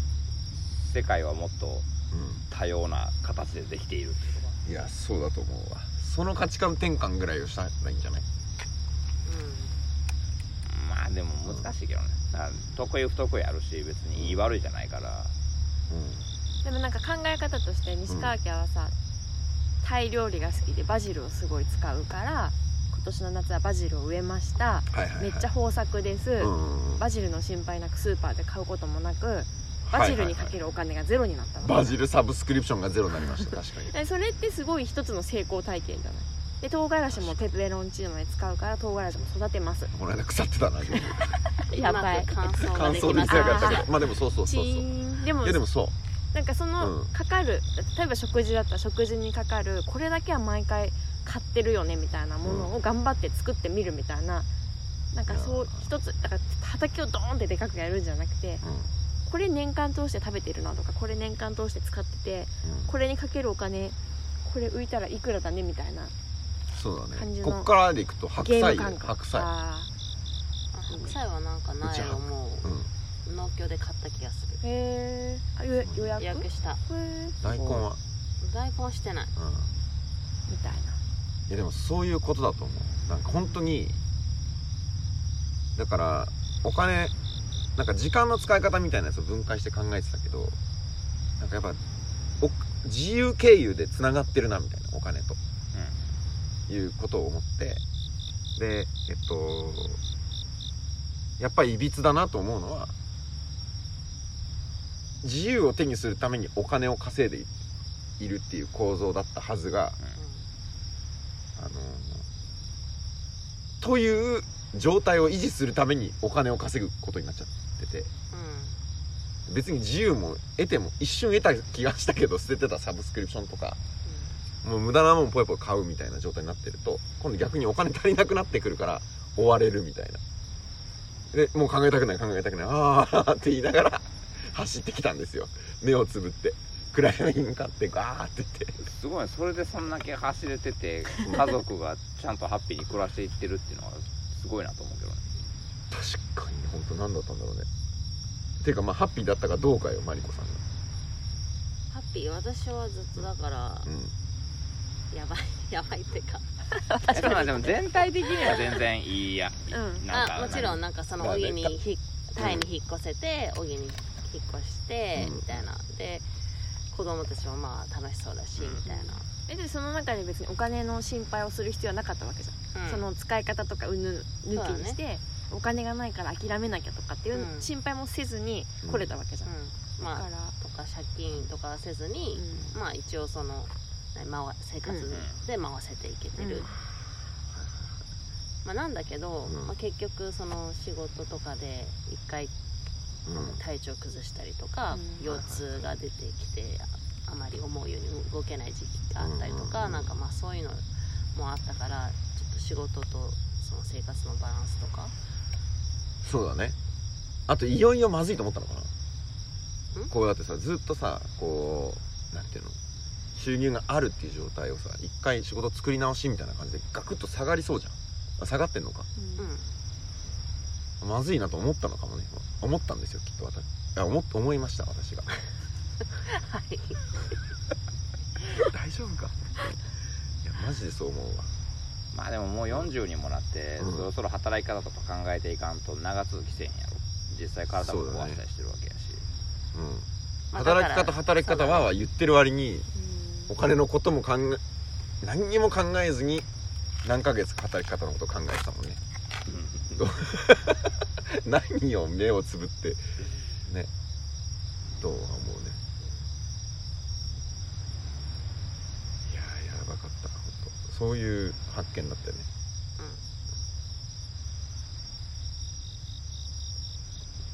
S4: 世界はもっと多様な形でできているっていうこ
S1: いやそうだと思うわその価値観転換ぐらいをしたらいいんじゃない
S4: とがまあでも難しいけどねだから得意不得意あるし別にいい悪いじゃないか
S1: う
S4: ら
S1: ん
S2: でもなんか考え方として西川家はさ、タイ料理が好きでバジルをすごい使うから今年の夏はバジルを植えました
S1: はいはいはい、
S2: めっちゃ豊作です、
S1: うん
S2: バジルの心配なくスーパーで買うこともなくバジルにかけ
S1: る、
S2: るお金がゼロになったの、
S1: バジルサブスクリプションがゼロになりました確かに
S2: でそれってすごい一つの成功体験じゃないで唐辛子もペペロンチーノで使うから唐辛子も育てます
S1: この間腐ってたな 自分
S2: やば
S3: う
S2: い
S3: まく乾燥が
S1: 乾
S3: でき
S1: 燥で
S3: な
S1: きな
S3: か
S1: かっ
S3: っ
S1: たた
S3: け
S1: け
S3: ど
S1: どまあでもそうそう
S2: チ
S1: そうそう
S2: ーンでも
S1: いやでもそう
S2: なんかその、
S1: うん
S2: かかる例えば食事だったら食事にかかるこれだけは毎回買ってるよねみたいなものを頑張って作ってみるみたいななんかそう
S1: いやー
S2: 一つだから畑をドーンってでかくやるんじゃなくて
S1: う
S2: これ年間通して食べてるなとかこれ年間通して使ってて
S1: ん、うん
S2: これにかけるお金これ浮いたらいくらだねみたいな
S1: そうだ
S2: 感じ
S1: ね
S2: の
S1: こっからでいくと白
S2: ゲー
S1: 菜
S2: ム感覚
S1: 白菜
S2: あ
S3: 白菜はなんか苗をも
S1: うん
S3: う農協で買った気がする
S2: ーへえ予予約
S3: 予約した
S2: へー
S1: 大根は
S3: 大根はしてない
S1: うん
S2: みたい
S1: いやでもそういうことだと思うなんか本当にだからお金なんか時間の使い方みたいなやつを分解して考えてたけどなんかやっぱお自由経由でつながってるなみたいなお金ということを思ってでえっとやっぱりいびつだなと思うのは自由を手にするためにお金を稼いでいるっていう構造だったはずが、
S3: う
S1: あのという状態を維持するためにお金を稼ぐことになっちゃってて別に自由も得ても一瞬得た気がしたけど捨ててたサブスクリプションとかもう無駄なもんぽいぽい買うみたいな状態になってると今度逆にお金足りなくなってくるから追われるみたいなでもう考えたくない考えたくないああって言いながら走ってきたんですよ目をつぶって暗闇に向かってガーってって
S4: すごいそれでそんだけ走れて て家族がちゃんとハッピーに暮らしていってるっていうのはすごいなと思うけどね
S1: 確かに本当何だったんだろうねていうかまあハッピーだったかどうかよマリコさんが
S3: ハッピー私はずっとだから
S1: うん
S3: やばい やばいってか
S4: えでもでも全体的には全然いいや、
S2: うん
S4: なんか
S3: あもちろんなんかその小木にひタイに引っ越せて小木に引っ越して
S1: うん
S3: みたいなで子供たちもまあ楽しそうだしみ
S4: うん
S3: たいな、
S2: えでもその中で別にお金の心配をする必要はなかったわけじゃん、
S3: うん
S2: その使い方とかうんぬん抜きにして、お金がないから諦めなきゃとかっていう
S3: うん
S2: 心配もせずに来れたわけじゃん、
S3: うん
S2: だ
S3: ま
S2: か
S3: あ
S2: ら、
S3: とか借金とかせずに、まあ一応その何回生活で回せていけてる、
S2: うん
S3: まあ、なんだけど、
S1: うん
S3: まあ、結局その仕事とかで一回
S1: う
S3: 体調崩したりとか、
S2: うん
S3: 腰痛が出てきてああまり思うように動けない時期があったりと
S1: うんうん
S3: か、
S1: うん
S3: なんかまあそういうのもあったからちょっと仕事とその生活のバランスとか
S1: んそうだねあといよいよまずいと思ったのかなんこうだってさずっとさこうなんていうの収入があるっていう状態をさ一回仕事作り直しみたいな感じでガクッと下がりそうじゃんあ下がってんのか
S3: うん
S1: まずいなと思ったのかもね思ったんですよきっと私いや思っ思いました私が
S3: はい
S1: 大丈夫かいやマジでそう思うわ
S4: まあでももう40にもなって、
S1: うん
S4: そろそろ働き方とか考えていかんと長続きせんやろ実際体も
S1: そうだ
S4: 壊
S1: ね
S4: したりしてるわ けやし、
S1: うん
S3: まあだから
S1: 働き方働き方はは言ってる割にお金のことも考え何にも考えずに何ヶ月か働き方のことを考えてたもんね 何を目をつぶってねとは思うねいやーやばかった本当そういう発見だったよね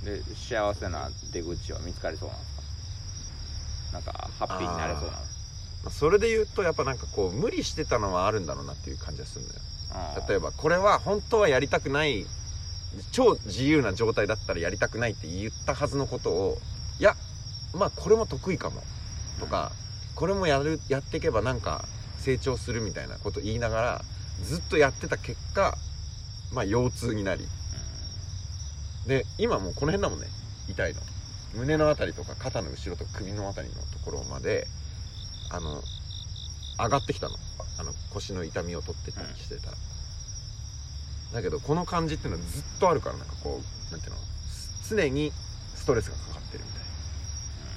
S4: で幸せな出口は見つかりそうなんですかなんかハッピーになれそうなの
S1: まあそれで言うとやっぱなんかこう無理してたのはあるんだろうなっていう感じがするのよ
S4: あー
S1: 例えばこれは本当はやりたくない超自由な状態だったらやりたくないって言ったはずのことをいやまあこれも得意かもとか、これもやるやっていけばなんか成長するみたいなこと言いながらずっとやってた結果まあ腰痛になりで今もうこの辺だもんね痛いの胸のあたりとか肩の後ろとか首のあたりのところまであの上がってきたのあの腰の痛みを取ってたりしてたら、だけどこの感じっていうのはずっとあるからなんかこうなんていうのす常にストレスがかかってるみたいな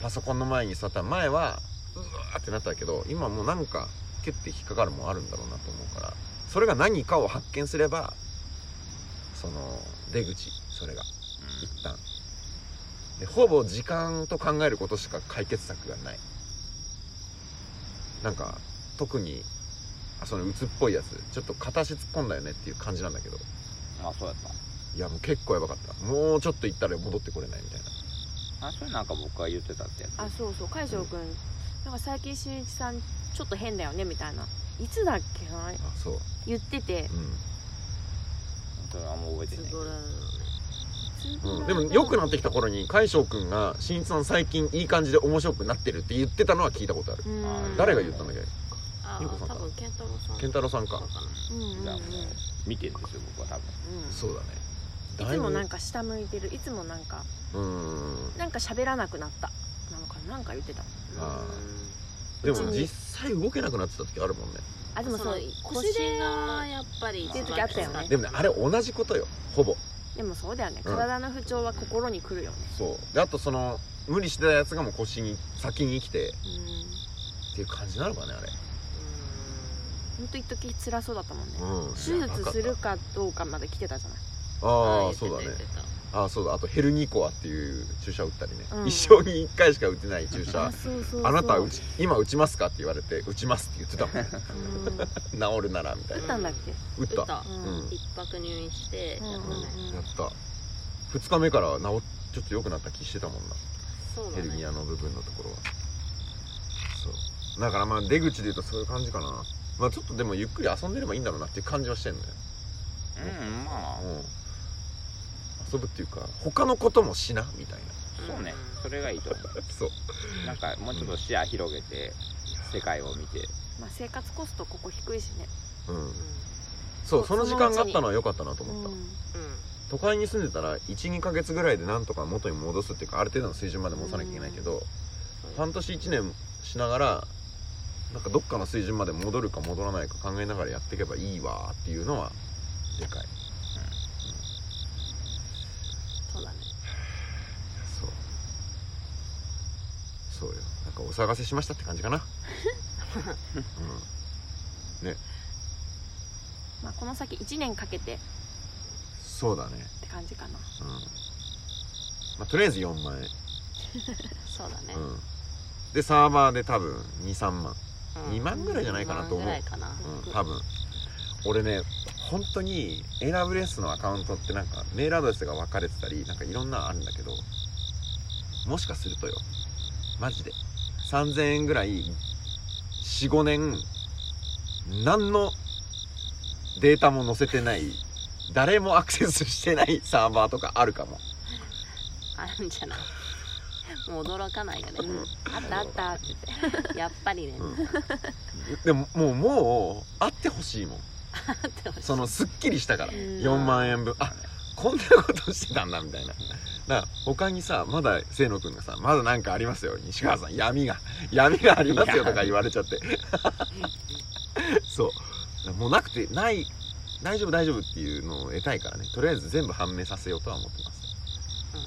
S1: パソコンの前に座ったら前はうわーってなったけど今もうなんかキュッて引っかかるもんあるんだろうなと思うからそれが何かを発見すればその出口それが一旦でほぼ時間と考えることしか解決策がないなんか特にあその鬱っぽいやつちょっと片足突っ込んだよねっていう感じなんだけど
S4: うんまあそうやっ
S1: いやもう結構やばかったもうちょっと行ったら戻ってこれないみたいな
S4: たあそれなんか僕が言ってたってやつ
S2: あそうそう海翔くんなんか最近しんいちさんちょっと変だよねみたいないつだっけな
S1: あそう
S2: 言ってて
S1: う
S4: それはもう覚えて
S3: つ
S4: ない
S3: ぶらなのね
S1: ん、うん、でも良くなってきた頃に海翔くんが「しんいちさん最近いい感じで面白くなってる」って言ってたのは聞いたことある
S2: うん
S4: あー
S1: 誰が言ったんだっけ
S3: あ
S1: ゆうこさん
S3: ー
S1: か
S3: 多分健太郎さん
S1: 健太郎さんか
S3: そうかな
S2: うんうんうん
S4: じゃあもう見てるんですよ僕は多分
S2: う
S1: そうだね
S2: んいつもなん
S1: か
S2: か下向いてるいつもなんか
S1: うーん
S2: なんか喋らなくなったなのかななんか言ってた
S1: あー
S3: うん
S1: でも実際動けなくなってた時あるもんね
S2: あでも
S3: そ
S2: そう
S3: の
S2: 腰
S3: 腰
S2: で
S3: がやっぱり
S4: っていう
S2: 時あったよね
S1: でもねあれ同じことよほぼ
S2: でもそうだよね
S1: うん
S2: 体の不調は心に来るよね
S1: そうであとその無理してたやつがもう腰に先に来てっていう感じなのかねあれ
S2: ほんと一時辛そうだったもんね
S1: うん
S2: 手術するかどうかまで来てたじゃない
S1: あ
S3: ー
S1: あそうだね
S3: 言ってた言って
S1: あそうだあとヘルニコアっていう注射打ったりね、
S2: うん
S1: 一生に1回しか打てない注射
S2: あそうそうそう
S1: あなたは打ち今打ちますかって言われて打ちますって言ってたもんね
S2: うん打っ
S1: 治るならみたいな
S2: たんだっけ
S1: 打っ
S3: 打ったた、
S1: うん
S3: 一泊入院してやった
S2: う
S3: ね、
S2: んうん
S1: やった2日目から治っちょっと良くなった気してたもんな
S3: そう
S1: ヘ
S3: だ
S1: ルニ
S3: ね
S1: アの部分のところはそうだからまあ出口で言うとそういう感じかなまあちょっとでもゆっくり遊んでればいいんだろうなっていう感じはしてんのよ
S4: うんまあ
S1: うん遊ぶっていうか他のこともしなみたい
S4: そうねそれがいいと思
S1: なそう
S4: うなんかもうちょっと視野広げて世界を見て
S2: まあ生活コストここ低いしね
S1: うん
S3: う
S1: そうそ
S2: そ
S1: の
S2: の
S1: 時間があったのは良かったなと思った、
S3: んうん
S1: 都会に住んでたら12ヶ月ぐらいでなんとか元に戻すっていうかある程度の水準まで戻さなきゃいけないけど、半年1年しながらなんかどっかの水準まで戻るか戻らないか考えながらやっていけばいいわっていうのはでかい
S3: そうだね
S1: そうそうよなんかお探せしましたって感じかな、うん、
S2: まあこの先1年かけてっ
S1: そうだね、
S2: て感じか
S1: う
S2: な
S1: んまあ、とりあえず4万円、
S3: そうだね、
S1: うん、でサーバーで多分23万
S3: うん
S1: 2万ぐらいじゃないかなと思う
S3: 二万ぐらいかな
S1: うん、多分俺ね本当に AWS のアカウントってなんかメールアドレスが分かれてたりなんかいろんなのあるんだけどもしかするとよマジで3000円ぐらい45年何のデータも載せてない誰もアクセスしてないサーバーとかあるかも
S3: あるんじゃないもう驚かないよね、
S1: うん
S3: あったあったって言ってやっぱりね、
S1: うんでももうもうあってほしいもん
S3: あってほしい
S1: そのすっきりしたから
S2: うん
S1: 4万円分あこんなことしてたんだみたいなだから他にさまだ清野くんがさまだなんかありますよ西川さん闇が闇がありますよとか言われちゃってそうもうなくてない大丈夫大丈夫っていうのを得たいからねとりあえず全部判明させようとは思ってます
S3: うん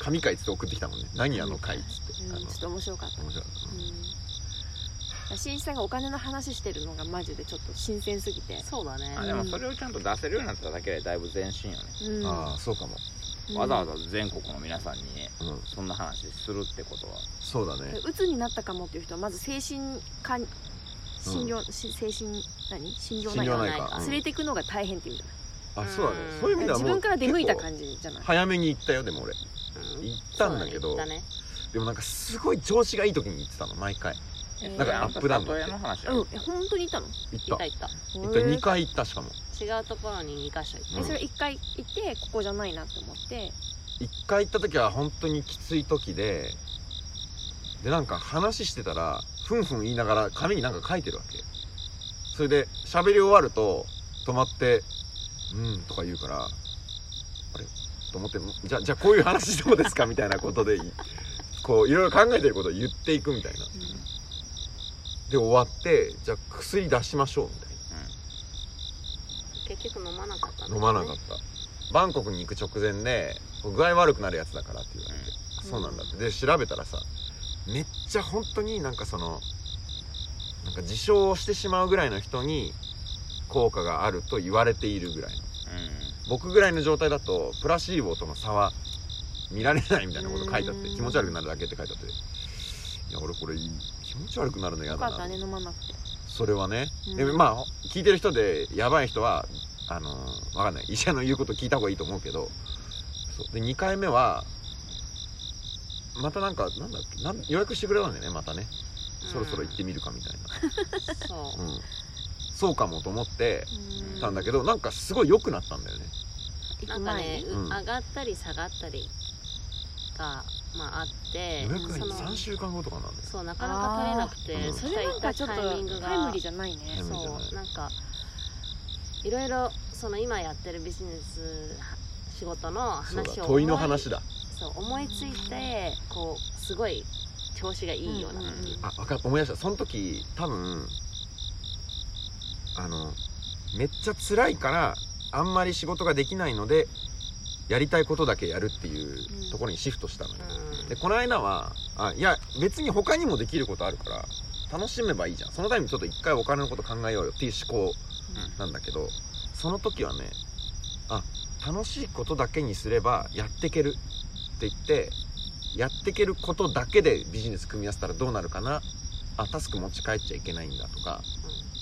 S1: 神回っつって送ってきたもんね何あの回っつって
S2: うん
S1: あの
S2: ちょっと面白かった
S1: 面白かった
S2: うん新一さんがお金の話してるのがマジでちょっと新鮮すぎて
S3: そうだね
S4: あでもそれをちゃんと出せるようになっただけでだいぶ前進よね
S2: うん
S1: ああそうかも
S4: わざわざ全国の皆さんにね
S1: うん
S4: そんな話するってことは
S1: そうだね
S2: うつになったかもっていう人はまず精神科に診療、し精神何診療
S1: 信
S2: 内
S1: 療
S2: 科
S1: ないか、
S2: 連れていくのが大変っていうじゃな
S1: あ
S2: い
S1: そうだねそういう意味では
S2: 自
S1: もう
S2: 分から出向いた
S1: 結構
S2: 感じじゃない
S1: 早めに行ったよでも俺
S3: うん
S1: 行ったんだけ
S3: そ
S1: ど
S3: うだね
S1: でもなんかすごい調子がいい時に行ってたの毎回
S2: えー
S1: なんかアップダウンだって
S4: 例えの話
S2: うんえ本当にいたの
S1: 行っ
S3: 行ったた行った
S1: 行った
S2: へえ
S1: 2回行ったしかも
S3: 違うところに2箇所行った、
S1: うん
S2: えそれ1回行ってここじゃないなって思って
S1: 1回行った時は本当にきつい時ででなんか話してたらふんふん言いながら紙になんか書いてるわけそれで喋り終わると止まって「うん」とか言うからあれと思って「じゃあじゃあこういう話どうですか?」みたいなことでいこういろいろ考えてることを言っていくみたいなで終わってじゃあ薬出しましょうみたいな
S3: 結局飲まなかったんだよね
S1: 飲まなかったバンコクに行く直前で具合悪くなるやつだからって言われて、そうなんだってで調べたらさめっちゃ本当になんかそのなんか自傷をしてしまうぐらいの人に効果があると言われているぐらいの僕ぐらいの状態だとプラシーボとの差は見られないみたいなこと書いてあって
S2: うん
S1: 気持ち悪くなるだけって書いてあっていや俺これ気持ち悪くなるの嫌
S2: よ
S1: だ
S2: か
S1: な
S2: ったね飲まなくて
S1: それはね、
S2: うん
S1: でまあ聞いてる人でやばい人はあのーわかんない医者の言うこと聞いた方がいいと思うけどそうで2回目はまたなんかなんだっけなん予約してくれたんだよねまたね
S3: うん
S1: そろそろ行ってみるかみたい
S3: そ
S1: な、うん、そうかもと思って
S2: うん
S1: たんだけどなんかすごい良くなったんだよね
S2: 行
S3: うな
S2: く
S3: んかね
S2: 前、
S1: うん
S3: 上がったり下がったりがまああって
S1: 予約が
S3: その
S1: 3週間後とかなんだよ
S3: そうなかなか取れなくて
S1: あー
S2: それなんかちょっと
S3: タイミングが
S2: タイムリーじゃないね
S1: タイムリーじゃない
S3: そうなんかいろいろその今やってるビジネスは仕事の
S1: そうだ
S3: 話を
S1: 問いの
S3: 思い
S1: 話だ
S3: そう思いついてこうすごい調子がいいような時、
S2: うん
S1: あわか思い出したその時多分あのめっちゃ辛いからあんまり仕事ができないのでやりたいことだけやるっていうところにシフトしたのよ、
S3: うん
S1: でこの間はあいや別に他にもできることあるから楽しめばいいじゃんそのためにちょっと一回お金のこと考えようよっていう思考なんだけどその時はね楽しいことだけにすればやってけるって言ってやってけることだけでビジネス組み合わせたらどうなるかなあタスク持ち帰っちゃいけないんだとか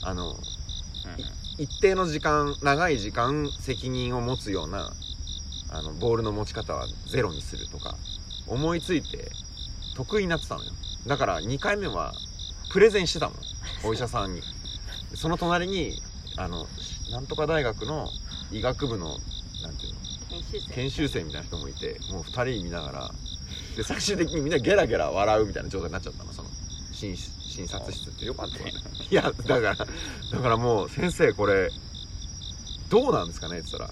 S1: あの一定の時間長い時間責任を持つようなあのボールの持ち方はゼロにするとか思いついて得意になってたのよだから2回目はプレゼンしてたもんお医者さんにその隣にあのなんとか大学の医学部のなんていうの
S3: 研修生
S1: 研修生みたいな人もいてもう2人見ながらで最終的にみんなゲラゲラ笑うみたいな状態になっちゃったのその診診察室って
S4: よかったね
S1: いやだからだからもう先生これどうなんですかねって言ったら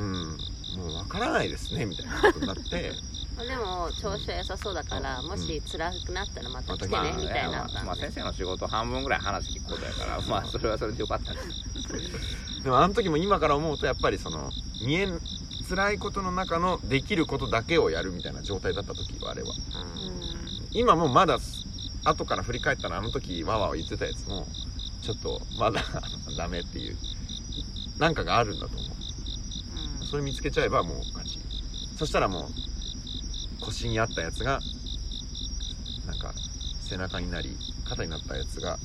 S1: うんもうわからないですねみたいなことになって
S3: まあでも調子は良さそうだから、
S1: うん
S3: もし辛くなったらまた来て
S1: ま
S3: ね、
S1: あ
S3: みたいな、
S4: まあ、まあ先生の仕事半分ぐらい話聞くことやからまあそれはそれでよかったね
S1: でもあの時も今から思うとやっぱりその見えん辛いことの中のできることだけをやるみたいな状態だった時はあれは今もまだ後から振り返ったらあの時わわわ言ってたやつもちょっとまだ ダメっていうなんかがあるんだと思うそれ見つけちゃえばもう勝ちそしたらもう腰にあったやつがなんか背中になり肩になったやつが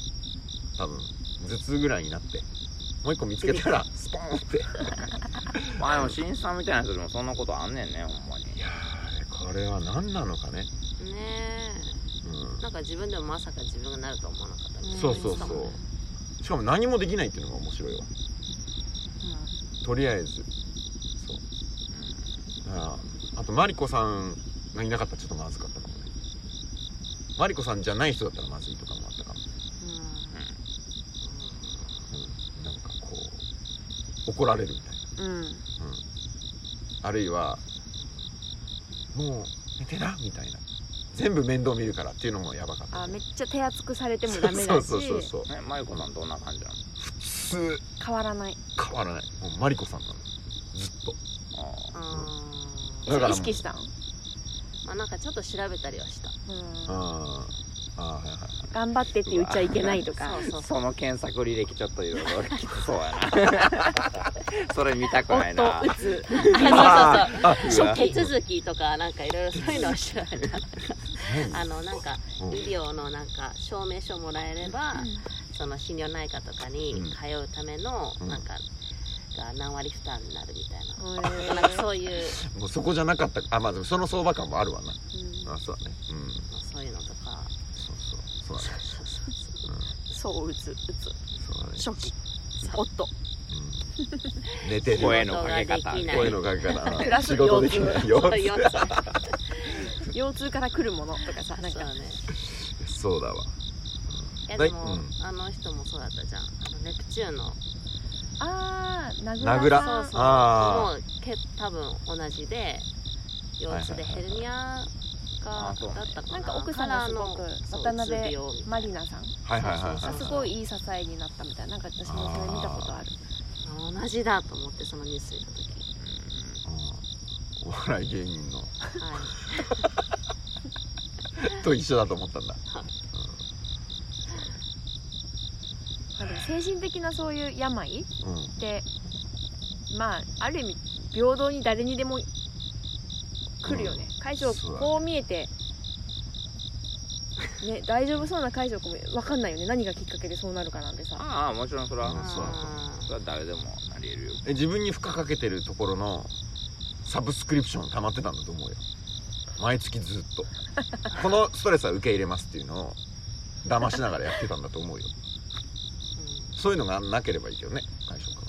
S1: 多分頭痛ぐらいになってもう一個見つけた らスポーンって
S4: まあでも新さんみたいな人でもそんなことあんねんねほんまに
S1: いやーこれは何なのかね
S3: うんねえなんか自分でもまさか自分がなるとは思わなかった
S1: う
S3: ね
S1: んそうそうそうしかも何もできないっていうのが面白いわとりあえずそうああとマリコさんがいなかったらちょっとまずかったかもねマリコさんじゃない人だったらまずいとかもあったかも、うん、なんかこう怒られるみたい
S2: うん
S1: な、うん、あるいはもう寝てなみたいな全部面倒見るからっていうのもやばかった
S2: あめっちゃ手厚くされてもダメだし
S1: そうそうそうそう
S4: ねマリコさんどんな感じなの
S1: 普通
S2: 変わらない
S1: 変わらないもうマリコさんなのずっと
S4: ああ
S3: うん
S1: だから
S2: 意識したん、
S3: まあなんかちょっと調べたりは した
S2: うん、
S1: あーあーはいはいはい
S2: 頑張ってって言っちゃいけないとか
S3: そうそうそう
S4: その検索履歴ちょっといろいろきつそうやなそれ見たくない
S2: 夫
S4: な
S2: 打つ
S3: あ
S1: ああ
S3: そうそうそう手続きとかなんかいろいろそういうのを調べたあのなんか
S1: うん
S3: 医療のなんか証明書もらえれば、その心療内科とかに
S1: うん
S3: 通うための
S1: うん
S3: なんかが何割負担になるみたいな、
S2: うん
S3: なんかそういう、
S1: もうそこじゃなかったあまあでもその相場感もあるわな
S2: うん
S1: あそうだねうん
S3: まあそういうのと か
S1: そうそうそうだね
S3: そうそうそう
S2: そう打つ打
S1: そうだね
S2: つ初期夫
S1: うん寝てる
S4: 声のかけ方
S3: 仕事ができない
S1: 声のかけ方
S2: プラス
S1: 仕事できないよ
S3: そういうやつ
S2: 腰痛から来るものとかさなん
S3: そう
S2: か
S3: だね
S1: そうだわ
S3: いや
S1: はい
S3: でも、
S1: うん
S3: あの人もそうだったじゃんあのネプチューンの
S2: あー
S1: 名
S2: 名
S1: 倉
S2: 倉
S1: あ
S3: そ
S2: さん
S3: うそう
S1: あ
S3: もうけ多分同じで腰痛でヘルニアが
S4: あそうね
S3: だったかな
S2: なんか奥さんがすごく
S3: からのそう
S2: 渡辺
S3: うつ病みた
S2: マ
S3: い
S2: リナさん
S1: はいはいはい
S2: あ
S1: はい
S2: すごいいい支えになったみたいななんか私もそれ見たことある
S3: な同じだと思ってそのニュース見た時
S1: うんお笑い芸人の
S3: はい
S1: と一緒だと思ったんだ
S2: まあでも精神的なそういう病
S1: うんうん
S2: ってまあある意味平等に誰にでも来るよね、解除
S1: そうだね
S2: こう見えて、ね、大丈夫そうな解除も分かんないよね何がきっかけでそうなるかなんてさ
S4: ああもちろんそれは、
S1: うんそうだと
S4: それは誰でもなり得るよ
S1: え自分に負荷かけてるところのサブスクリプション溜まってたんだと思うよ毎月ずっと このストレスは受け入れますっていうのを騙しながらやってたんだと思うよそういうのがなければいいけどね会社から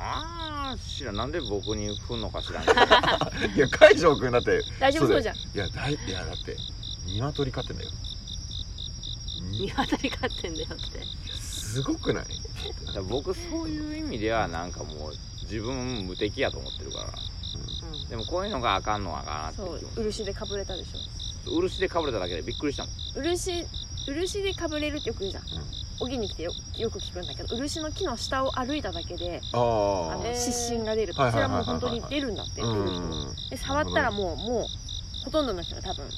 S4: ああ知らんなんで僕に振んのか知らんけど
S1: いや海翔君だって
S2: 大丈夫そうじ
S1: ゃ
S2: ゃん
S1: んいやだいいやだって鶏飼ってんだよ
S3: うん
S1: に
S3: 鶏飼ってんだよって
S1: すご くない
S4: だから僕そういう意味ではなんかもう自分無敵やと思ってるからでもこういうのがあかんのはあかんなって
S2: そう
S4: 気もする
S2: 漆でかぶれたでしょ
S4: 漆でかぶれただけでびっくりしたもん
S2: 漆漆でかぶれるってよく言うじゃん
S1: うん
S2: 荻に来てよよく聞くんだけど漆の木の下を歩いただけであ
S1: あ
S2: の
S1: あ
S2: 湿疹が出る
S1: は
S2: こ
S1: い
S2: ち
S1: はい
S2: ら
S1: はいはい
S2: もう本当に出るんだって出
S1: う
S2: る
S1: ん
S2: 人で触ったらもうもうほとんどの人が多分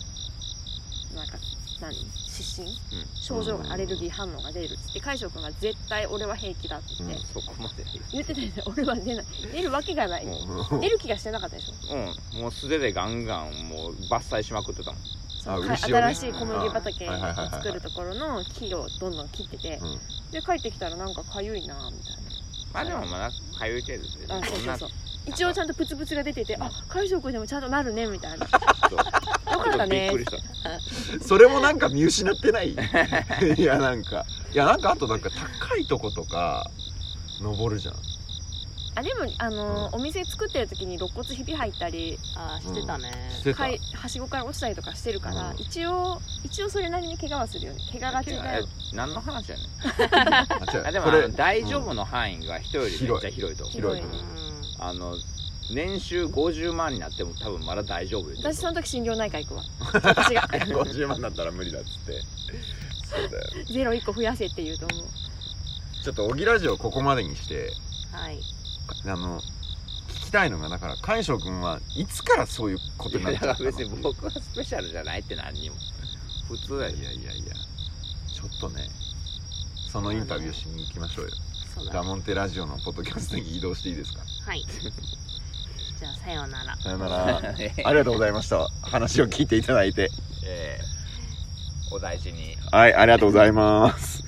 S2: なんか何湿疹症状がアレルギー反応が出るっつって海翔君が絶対俺は平気だって言って、
S1: うん
S4: そこまで
S2: 言ってたよね俺は出ない出るわけがない
S4: も
S1: うん
S2: 出る気がしてなかったでしょ
S4: う、うん、もう素手でガンガンもう伐採しまくってたもん
S2: その
S1: あ
S2: か
S1: 漆をね
S2: 新しい小麦畑
S1: あ
S2: を
S1: はいはいはいはい
S2: 作るところの木をどんどん切ってて
S1: うん
S2: で帰ってきたらなんかかゆいなみたい
S4: まあでもまだ通い程度
S2: なあ
S4: で
S2: そうそうそう
S4: な
S2: 一応ちゃんとプツプツが出ててあ海翔君でもちゃんとなるねみたいなよ
S4: そうち
S2: か
S4: ょっ
S2: った
S4: とびっ
S2: ね
S4: くりした
S1: それもなんか見失って ないいやなんかいやなんかあとなんか高いとことか登るじゃん
S2: あでもあの
S1: う
S2: お店作ってる時に肋骨ひび入ったり
S3: ああしてたね、
S1: してた
S2: かいはしごから落ちたりとかしてるから、
S1: うん
S2: 一応一応それなりに怪我はするよね怪我がちだよ
S4: 何の話やねん
S1: あ違う
S4: あでも
S1: こ
S4: あ
S1: れ
S4: の大丈夫の範囲が人よりめっちゃ広いと思う
S1: 広い
S2: 広い
S4: あの年収50万になっても多分まだ大丈夫よ
S2: 私その時心療内科行くわ私が
S1: 50万だったら無理だっつってそうだよ
S2: ゼロ1個増やせって言うと思う
S1: ちょっと小木ラジオここまでにして
S3: はい
S1: あの聞きたいのがだから海翔君はいつからそういうこと
S4: い
S1: にな
S4: や
S1: っ
S4: だ
S1: ちゃ
S4: から
S1: ったの
S4: 別に僕はスペシャルじゃないって何にも普通 だよ
S1: いやいやいやちょっとねそのインタビューしに行きましょうよ
S3: そうだ
S1: ラモンテラジオのポッドキャストに移動していいですか
S3: はいじゃあさようなら
S1: さよならありがとうございました話を聞いていただいて
S4: えーお大事に
S1: はいありがとうございます